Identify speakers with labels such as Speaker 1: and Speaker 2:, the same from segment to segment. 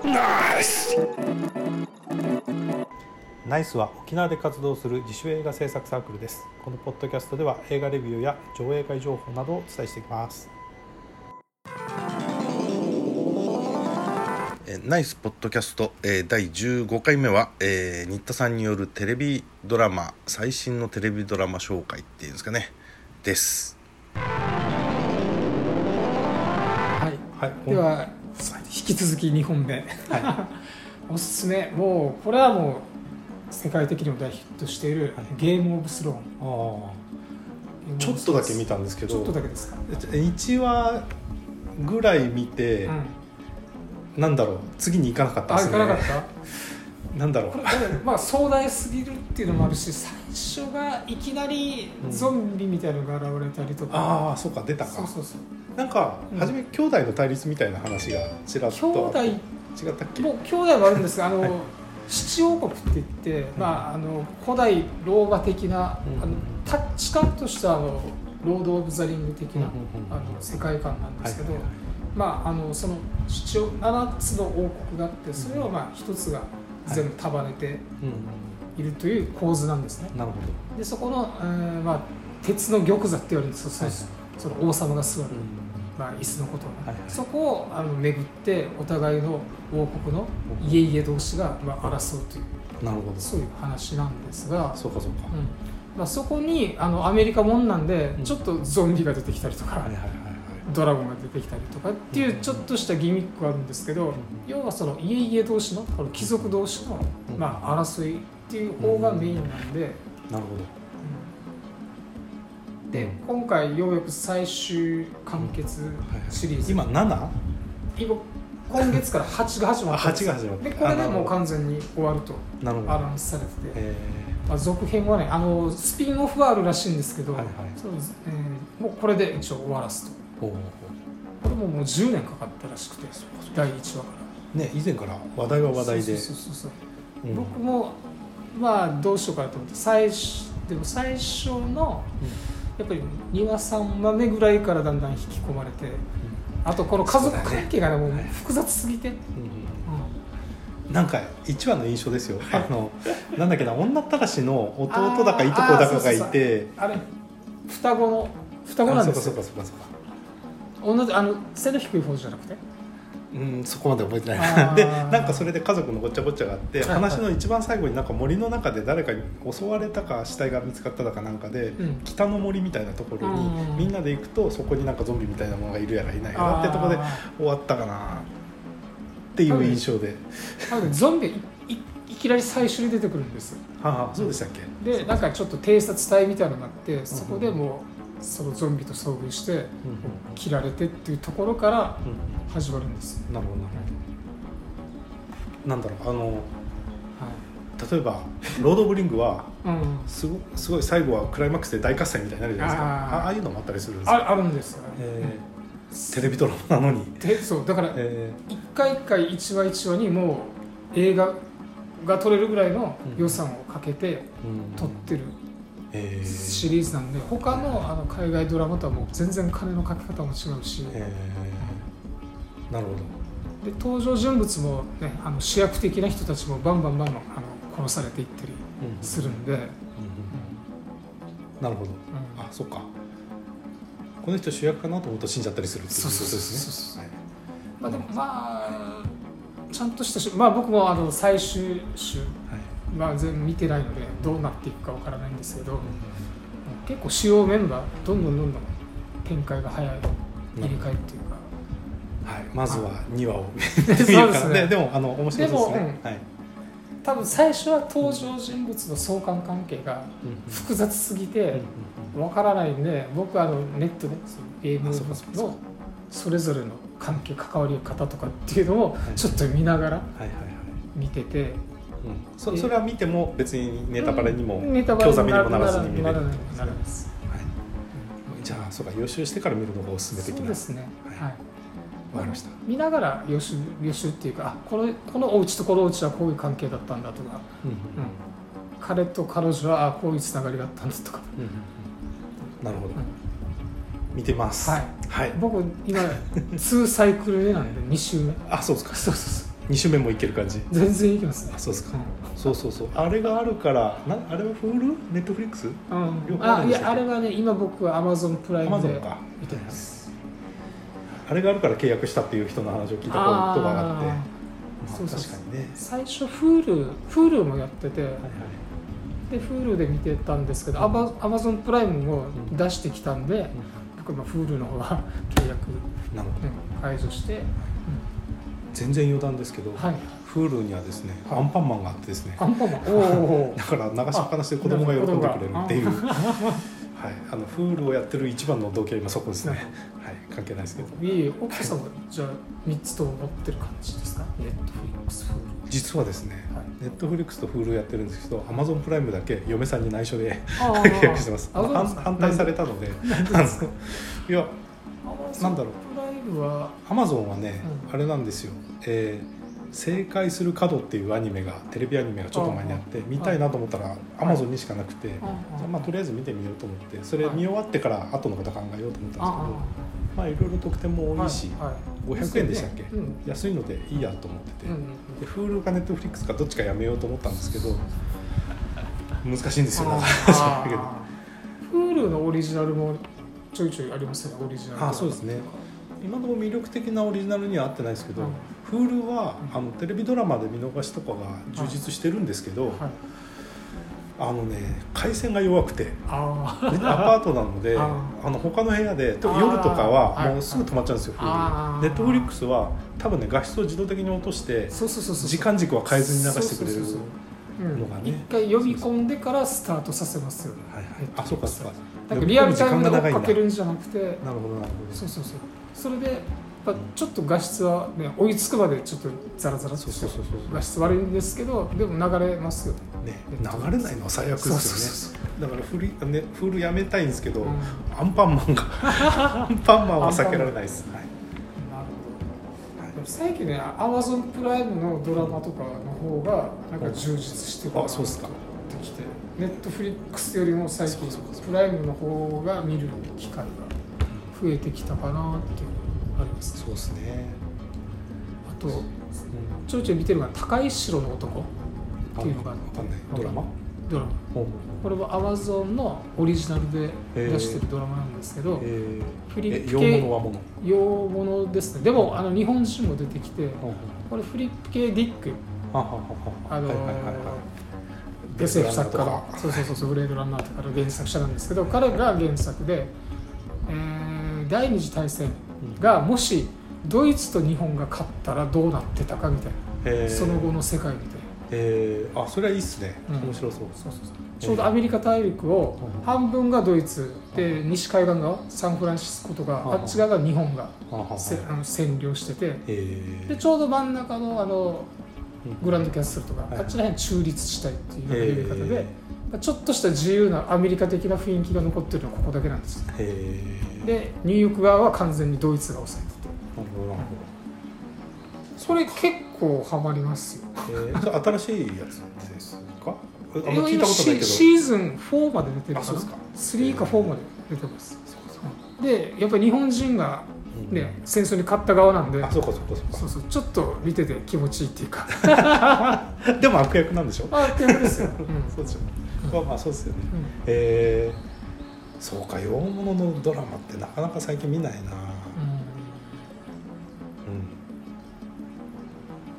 Speaker 1: です
Speaker 2: ナイスは沖縄で活動する自主映画制作サークルですこのポッドキャストでは映画レビューや上映会情報などをお伝えしていきます
Speaker 3: えーナイスポッドキャスト、えー第15回目は、えー新田さんによるテレビドラマ最新のテレビドラマ紹介っていうんですかねです
Speaker 1: は
Speaker 2: は
Speaker 1: い
Speaker 2: い
Speaker 1: では引き続き2本目、 おすすめもうこれはもう世界的にも大ヒットしている「ゲーム・オブ・スローン
Speaker 2: あ」ちょっとだけ見たんですけど
Speaker 1: ちょっとだけですか、
Speaker 2: 1話ぐらい見て、
Speaker 1: うん、
Speaker 2: なんだろう次に行かなかった
Speaker 1: あ
Speaker 2: です
Speaker 1: 行
Speaker 2: ね
Speaker 1: かなかった
Speaker 2: なんだろう
Speaker 1: これただまあ壮大すぎるっていうのもあるし最初がいきなりゾンビみたいのが現れたりとか、
Speaker 2: ああそうか出たか
Speaker 1: そうそうそう
Speaker 2: なんか、
Speaker 1: うん
Speaker 2: 初め兄弟の対立みたいな話がちらっと
Speaker 1: 兄弟
Speaker 2: 違ったっけ
Speaker 1: もう兄弟もあるんですがあの、七王国って言って、まあ、あの古代ローマ的な、
Speaker 2: うん
Speaker 1: あのタッチ感としたあのロード・オブ・ザ・リング的な、
Speaker 2: うんうんうん
Speaker 1: あの世界観なんですけど、
Speaker 2: はいはいはい
Speaker 1: まあ、あのその七王7つの王国があってそれをまあ1つが全部束ねて
Speaker 2: うん
Speaker 1: いるという構図なんですね。
Speaker 2: なるほど
Speaker 1: でそこの、えーまあ、鉄の玉座って言われるんですよそ,、
Speaker 2: はい
Speaker 1: その王様が座る、
Speaker 2: う
Speaker 1: まあ、椅子のことをね、
Speaker 2: はいはい
Speaker 1: そこをあの巡ってお互いの王国の家々同士が、まあ、争うというん
Speaker 2: なるほど
Speaker 1: そういう話なんですが、
Speaker 2: そうかそうか
Speaker 1: うんまあ、そこにあのアメリカもんなんで、
Speaker 2: うん
Speaker 1: ちょっとゾンビが出てきたりとか、
Speaker 2: はいはいはいはい
Speaker 1: ドラゴンが出てきたりとかっていううんちょっとしたギミックがあるんですけど、要はその家々同士のこの貴族同士の、
Speaker 2: うん
Speaker 1: まあ、争いっていう方がメインなんで。
Speaker 2: なるほど
Speaker 1: で
Speaker 2: うん
Speaker 1: 今回ようやく最終完結シリーズ、
Speaker 2: 今 7?
Speaker 1: 今今月から8が始まったんですよ
Speaker 2: あ8が始まった
Speaker 1: でこれで
Speaker 2: あなるほ
Speaker 1: もう
Speaker 2: ど
Speaker 1: 完全に終わると
Speaker 2: なるほ
Speaker 1: ア
Speaker 2: ど
Speaker 1: ナウンスされてて、
Speaker 2: え
Speaker 1: まあ、続編はねあのスピンオフはあるらしいんですけど、
Speaker 2: はいはい
Speaker 1: そうですえーもうこれで一応終わらすと
Speaker 2: ー、お
Speaker 1: これももう10年かかったらしくて第1話か
Speaker 2: ね以前から話題は
Speaker 1: ら
Speaker 2: 話題で
Speaker 1: そうそうそうそう
Speaker 2: うん
Speaker 1: 僕もまあどうしようかなと思って最初でも最初のやっぱり2話3話目ぐらいからだんだん引き込まれてあとこの家族関係がねもう複雑すぎて、
Speaker 2: うんうん
Speaker 1: う
Speaker 2: なんか1話の印象ですよあのなんだっけな女ったらしの弟だかいとこだかがいて
Speaker 1: んあれ双子の双子
Speaker 2: あ
Speaker 1: なん
Speaker 2: そう
Speaker 1: で
Speaker 2: かそ
Speaker 1: す
Speaker 2: う
Speaker 1: よ
Speaker 2: かそうかそうか
Speaker 1: 同じあの背の低い方じゃなくて
Speaker 2: うん、そこまで覚えて
Speaker 1: あ
Speaker 2: な
Speaker 1: ー
Speaker 2: いでなんかそれで家族のごっちゃごっちゃがあって
Speaker 1: はいはい
Speaker 2: 話の一番最後になんか森の中で誰かに襲われたか死体が見つかっただかなんかで、
Speaker 1: ん
Speaker 2: 北の森みたいなところに
Speaker 1: うん
Speaker 2: みんなで行くとそこになんかゾンビみたいなものがいるやらいないやらってとこで終わったかなっていう印象で、
Speaker 1: 多分ゾンビいいいきなり最初に出てくるんですよ
Speaker 2: はあ、そうでしたっけ
Speaker 1: でなんかちょっと偵察隊みたいなのがあってそこでもうそのゾンビと遭遇して切られてっていうところから
Speaker 2: う
Speaker 1: 始まるんですよ、
Speaker 2: んなるほどなるほどなんだろうあの例えば「ロード・オブ・リングは
Speaker 1: はいうん、
Speaker 2: すご」すごい最後はクライマックスで大合戦みたいになるじゃないですか
Speaker 1: あー
Speaker 2: あああいうのもあったりするんですか、
Speaker 1: ああるんですよね、
Speaker 2: えーテレビドラマなのに、
Speaker 1: でそうだから
Speaker 2: え
Speaker 1: 一回一回一話一話にもう映画が撮れるぐらいの予算をかけて
Speaker 2: ーうん
Speaker 1: 撮ってる
Speaker 2: えー
Speaker 1: シリーズなんで他のあの海外ドラマとはもう全然金のかけ方も違うしで
Speaker 2: えーなるほど
Speaker 1: 登場人物も、ね、あの主役的な人たちもバンバンバンバンあの殺されていったりするんで、うん
Speaker 2: なるほどあそっかこの人主役かなと思うと死んじゃったりするっていうこ
Speaker 1: そう
Speaker 2: と
Speaker 1: そう
Speaker 2: で
Speaker 1: そう
Speaker 2: す
Speaker 1: そ
Speaker 2: ね
Speaker 1: まあ、でもまあちゃんとしたし、まあ、僕もあの最終週、
Speaker 2: はい
Speaker 1: まあ、全部見てないのでどうなっていくかわからないんですけど。結構主要メンバーどんどんどんどん展開が早い入れ替えっていう か、
Speaker 2: はい、はいまずは2話を見て
Speaker 1: で
Speaker 2: み
Speaker 1: そ
Speaker 2: る
Speaker 1: うで
Speaker 2: か
Speaker 1: す
Speaker 2: ら
Speaker 1: ね
Speaker 2: ねでもあの面白いです
Speaker 1: でも
Speaker 2: ねはい
Speaker 1: 多分最初は登場人物の相関関係が複雑すぎてわからないんで僕はあのネットでそのゲーム
Speaker 2: あそうかそうかそう
Speaker 1: のそれぞれの関係関わり方とかっていうのを
Speaker 2: はい
Speaker 1: ちょっと見ながら
Speaker 2: はいはいはい
Speaker 1: 見てて
Speaker 2: うんそそれは見ても別にネタバレにも
Speaker 1: ネタバレ
Speaker 2: 興ざめにもならずに見
Speaker 1: な
Speaker 2: れ
Speaker 1: ら
Speaker 2: る
Speaker 1: ないならないです
Speaker 2: はいじゃあそうか予習してから見るのがおすすめ的
Speaker 1: そう
Speaker 2: な
Speaker 1: ですね
Speaker 2: はい
Speaker 1: はい
Speaker 2: わかりました
Speaker 1: 見ながら予習予習っていうかあこのこのお家とこのお家はこういう関係だったんだとかうん彼と彼女はあこういうつながりがあったんだとか、
Speaker 2: うんうんうんなるほど見てます
Speaker 1: はい
Speaker 2: はい
Speaker 1: 僕今2サイクル目なんで2週目
Speaker 2: あそうですか
Speaker 1: そうそうそ
Speaker 2: 2週目もいける感じ
Speaker 1: 全然いきますね
Speaker 2: あそうですか
Speaker 1: はい
Speaker 2: そうそうそうあれがあるからなあれは Hulu? ネットフリックス
Speaker 1: うん
Speaker 2: よ、くあ
Speaker 1: あ
Speaker 2: るん
Speaker 1: い
Speaker 2: でした
Speaker 1: や
Speaker 2: っ
Speaker 1: あ
Speaker 2: け
Speaker 1: れはね今僕は Amazon プライム
Speaker 2: Amazon
Speaker 1: で
Speaker 2: か
Speaker 1: 見てます
Speaker 2: あれがあるから契約したっていう人の話を聞いたことがあって
Speaker 1: ー
Speaker 2: まあ
Speaker 1: そうそう
Speaker 2: 確かにね
Speaker 1: 最初 Hulu, Hulu もやってて、
Speaker 2: はいはい
Speaker 1: で Hulu で見てたんですけど Ama- Amazon プライムを出してきたんで、僕は Hulu の方は契約、
Speaker 2: なので
Speaker 1: ね、解除して、
Speaker 2: 全然余談ですけど、
Speaker 1: はい
Speaker 2: Hulu にはですね
Speaker 1: はい
Speaker 2: アンパンマンがあってですね
Speaker 1: アンパンマンおー
Speaker 2: だから流しっぱなしで子供が喜んでくれるっていう
Speaker 1: あ
Speaker 2: はいあの Hulu をやってる一番の動機は今そこですねはい関係ないですけど
Speaker 1: いいえ奥さんはじゃあ3つとも持ってる感じですかネットフリックス Hulu
Speaker 2: 実はですね、
Speaker 1: はい
Speaker 2: ネットフリックスと Hulu やってるんですけど Amazon プライムだけ嫁さんに内緒で
Speaker 1: あー
Speaker 2: 契約してます
Speaker 1: あそう
Speaker 2: 反
Speaker 1: ですか
Speaker 2: 反対されたのでなんですいやなんだろう
Speaker 1: プライムは
Speaker 2: Amazon はね、
Speaker 1: う
Speaker 2: あれなんですよ、えー正解する角」っていうアニメがテレビアニメがちょっと前にあって
Speaker 1: ああ
Speaker 2: 見たいなと思ったら Amazon にしかなくて、
Speaker 1: あ
Speaker 2: じゃあまあとりあえず見てみようと思ってそれ見終わってから後のこと考えようと思ったんですけど
Speaker 1: あ
Speaker 2: まあいろいろ特典も多いし、
Speaker 1: はい
Speaker 2: 500円でしたっけ、
Speaker 1: そうね
Speaker 2: 安いのでいいやと思ってて、
Speaker 1: うんうんうん
Speaker 2: で Hulu か Netflix かどっちかやめようと思ったんですけど難しいんですよだからだけど
Speaker 1: あー Hulu のオリジナルもちょいちょいありますよねオリジナルとか
Speaker 2: あそうですね今のところ魅力的なオリジナルには合ってないですけど、
Speaker 1: うん
Speaker 2: Hulu はあのテレビドラマで見逃しとかが充実してるんですけど、
Speaker 1: はい
Speaker 2: あのね回線が弱くてで
Speaker 1: あ
Speaker 2: ア
Speaker 1: ー
Speaker 2: パートなので
Speaker 1: あ
Speaker 2: あ
Speaker 1: ー
Speaker 2: の他の部屋でと
Speaker 1: あー
Speaker 2: 夜とかは
Speaker 1: はい
Speaker 2: もうすぐ止まっちゃうんですよ Hulu
Speaker 1: あ
Speaker 2: ネ
Speaker 1: ー
Speaker 2: ットフリックスは多分ね画質を自動的に落として
Speaker 1: そうそうそうそう
Speaker 2: 時間軸は変えずに流してくれる
Speaker 1: そうそうそうそううん
Speaker 2: のがね
Speaker 1: 一回呼び込んでからスタートさせますよね
Speaker 2: はいはいあそうかそうか
Speaker 1: なんかリアルタイムで追っ
Speaker 2: 呼び込む時間が長いんだ
Speaker 1: かけるんじゃなくて
Speaker 2: なるほどなるほど
Speaker 1: そうそうそうそれでやっぱちょっと画質は、ね、追いつくまでちょっとザラザラっ
Speaker 2: そ
Speaker 1: と
Speaker 2: うそうそうそう
Speaker 1: 画質悪いんですけどでも流れますよね
Speaker 2: ね流れないのは最悪ですよね
Speaker 1: そうそう
Speaker 2: だからフリねフルやめたいんですけど、
Speaker 1: うん
Speaker 2: アンパンマ ンがアンパンマンは避けられないです、はい
Speaker 1: なるほどでも最近ねアマゾンプライムのドラマとかの方がなんか充実してるな
Speaker 2: あそうっすか
Speaker 1: ってきてネットフリックスよりも最近プライムの方が見る機会が増えてきたかなっていうのがありますね
Speaker 2: そうですね、
Speaker 1: あとちょいちょい見てるのが「高い城の男」っていうのが
Speaker 2: わかんないドラマ、
Speaker 1: ドラマこれはアマゾンのオリジナルで出してるドラマなんですけど、
Speaker 2: え
Speaker 1: フリッ
Speaker 2: え
Speaker 1: プ
Speaker 2: 洋
Speaker 1: 系
Speaker 2: 物はもの、
Speaker 1: 洋物ですねでもあの日本人も出てきてこれフリップ系ディック
Speaker 2: はははは
Speaker 1: あの
Speaker 2: は
Speaker 1: ー
Speaker 2: いはいはいは
Speaker 1: SF 作家
Speaker 2: ブレード
Speaker 1: の
Speaker 2: ランナーとか
Speaker 1: そうそうそうそうブレードランナーとかの原作者なんですけど彼が原作で、えー第二次大戦がもしドイツと日本が勝ったらどうなってたかみたい
Speaker 2: いえ
Speaker 1: な
Speaker 2: ー
Speaker 1: その後の世界みたいな
Speaker 2: えーあそれはいいっすね、
Speaker 1: うん
Speaker 2: 面白そう
Speaker 1: そうそうそうちょうどアメリカ大陸を
Speaker 2: うん
Speaker 1: 半分がドイツで西海岸側サンフランシスコとか
Speaker 2: うん
Speaker 1: あっち側が日本が
Speaker 2: ははは
Speaker 1: せあの占領してて
Speaker 2: えー
Speaker 1: でちょうど真ん中のあのグランドキャッスルとか
Speaker 2: はい
Speaker 1: あっちらへん中立地帯っていう呼び方で
Speaker 2: え
Speaker 1: ちょっとした自由なアメリカ的な雰囲気が残ってるのはここだけなんですよ
Speaker 2: ーえー
Speaker 1: でニューヨーク側は完全にドイツが抑えてて
Speaker 2: なるほどなる
Speaker 1: それ結構ハマりますよ
Speaker 2: ほど、えー、じゃあ新しいやつですかあんま聞いた
Speaker 1: 今
Speaker 2: ことないけ
Speaker 1: シ
Speaker 2: ど
Speaker 1: シーズン4まで出てる
Speaker 2: あ
Speaker 1: か
Speaker 2: そう
Speaker 1: な
Speaker 2: ですか
Speaker 1: 3か4まで出てますでやっぱり日本人が
Speaker 2: うん
Speaker 1: ね、戦争に勝った側なんで
Speaker 2: あそうかそうかそうか
Speaker 1: そうそうちょっと見てて気持ちいいっていうか
Speaker 2: でも悪役なんでしょ
Speaker 1: あってい うですよ、うんうん
Speaker 2: そうでしょ、まあまあそうですよねえー、そうか洋物のドラマってなかなか最近見ないなうん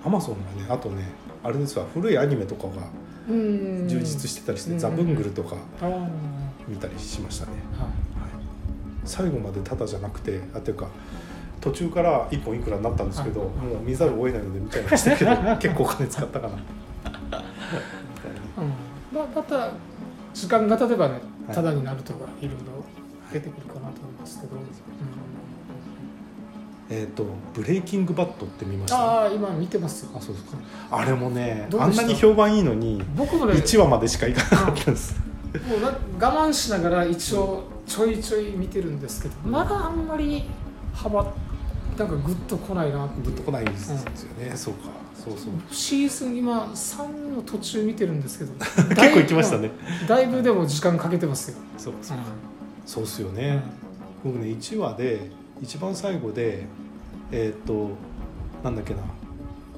Speaker 2: アマゾンがねあとねあれですわ古いアニメとかが
Speaker 1: うんうん
Speaker 2: 充実してたりして「
Speaker 1: うん
Speaker 2: ザ・ブングル」とか
Speaker 1: あーはい
Speaker 2: 見たりしましたね、はい、最後までタダじゃなくてあていうか途中から1本いくらになったんですけど
Speaker 1: あ
Speaker 2: もう見ざるを得ないので見ちゃいましたけど 結構お金使ったかなみたいな
Speaker 1: うん、まあまた時間が経てばね
Speaker 2: はい
Speaker 1: ただになるとかいろいろ出てくるかなと思いますけど、うん
Speaker 2: えっ、と「ブレイキングバット」って見ました
Speaker 1: ああ今見てますよ
Speaker 2: あそうですかあれもね
Speaker 1: どう
Speaker 2: あ
Speaker 1: で
Speaker 2: ん
Speaker 1: した
Speaker 2: なに評判いいのに
Speaker 1: 僕もね
Speaker 2: 1話までしかいかなかったんです
Speaker 1: もうな我慢しながら一応ちょいちょい見てるんですけどまだあんまり幅なんかグッとこないなって
Speaker 2: ぶ
Speaker 1: い
Speaker 2: っ
Speaker 1: う
Speaker 2: とこないですよね、そうかそうそう
Speaker 1: シーズン今3の途中見てるんですけど結
Speaker 2: 結構いきましたね
Speaker 1: だいぶでも時間かけてますよ、
Speaker 2: そうそうそうっすよね僕ね1話で一番最後でえーっとなんだっけな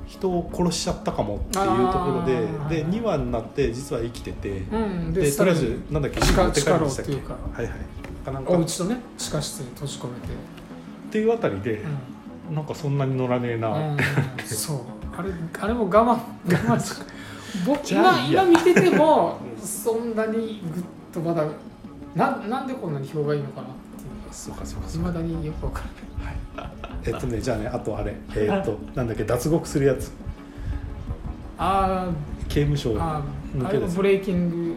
Speaker 2: 人を殺しちゃったかもっていうところで
Speaker 1: あー
Speaker 2: で2話になって実は生きてて、
Speaker 1: うん
Speaker 2: でとりあえずなんだっけ
Speaker 1: 地下
Speaker 2: 持って帰りましたっけ
Speaker 1: 地下牢っていうか
Speaker 2: はいはいかなん
Speaker 1: お
Speaker 2: かっ
Speaker 1: 家とね地下室に閉じ込めて、
Speaker 2: ていうあたりで
Speaker 1: う、ん
Speaker 2: なんかそんなに乗らねえな、
Speaker 1: うんそうあれあれも我慢我慢し僕
Speaker 2: じゃあ
Speaker 1: 今
Speaker 2: いいや
Speaker 1: 今見てても
Speaker 2: うん
Speaker 1: そんなにグッとまだななんでこんなに票がいいのかなっていう
Speaker 2: そうかそうか
Speaker 1: い
Speaker 2: そうか
Speaker 1: まだによくわからない
Speaker 2: えっとねじゃあねあとあれえっとなんだっけ脱獄するやつ
Speaker 1: あ
Speaker 2: 刑務所
Speaker 1: ーあー
Speaker 2: 抜
Speaker 1: あ
Speaker 2: ける
Speaker 1: れも
Speaker 2: やつ
Speaker 1: ブレイキング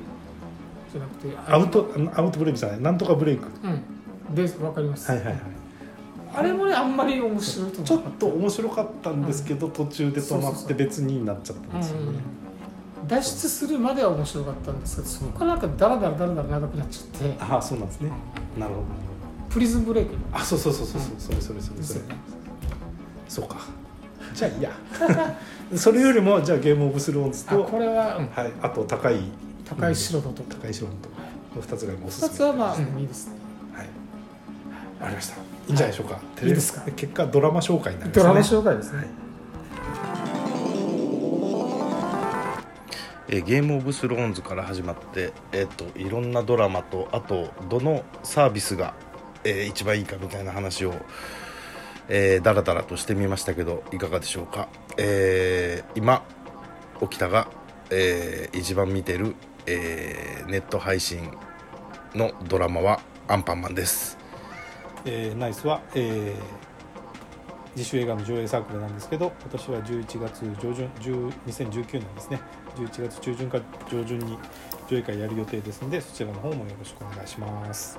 Speaker 1: じゃなくて
Speaker 2: アウトアウトブレイクじゃないなんとかブレイク
Speaker 1: うんでわかります、
Speaker 2: はいはいはい
Speaker 1: あれもねあんまり面白いと
Speaker 2: ちょ
Speaker 1: 思
Speaker 2: っと面白かったんですけど、途中で止まって別になっちゃったんですよね、
Speaker 1: うん、脱出するまでは面白かったんですけどそこからなんかダラダラダラダラ長くなっちゃって
Speaker 2: ああそうなんですねなるほど
Speaker 1: プリズンブレイク
Speaker 2: あそうそうそうそうそう、それそれそれ
Speaker 1: です
Speaker 2: それ
Speaker 1: よね
Speaker 2: そうかじゃあいいや それよりもじゃあゲームオブスローンズ
Speaker 1: あ
Speaker 2: と
Speaker 1: これは、うん
Speaker 2: はい、あと高い
Speaker 1: 高い白のとか
Speaker 2: 高い白のとの2つが今おすす
Speaker 1: 二
Speaker 2: め
Speaker 1: つはまあ、
Speaker 2: はい
Speaker 1: いいですね
Speaker 2: わかりましたいいんじゃないでしょうか、テレビ
Speaker 1: いいですか
Speaker 2: 結果ドラマ紹介になりましたね
Speaker 1: ドラマ紹介ですね、
Speaker 3: えーゲームオブスローンズから始まって、えっといろんなドラマとあとどのサービスが、えー一番いいかみたいな話を、えー、だらだらとしてみましたけどいかがでしょうか、えー今沖田が、えー一番見てる、えーネット配信のドラマは「アンパンマン」です
Speaker 2: えーナイスは、えー自主映画の上映サークルなんですけど今年は11月上旬10 2019年ですね11月中旬か上旬に上映会やる予定ですのでそちらの方もよろしくお願いします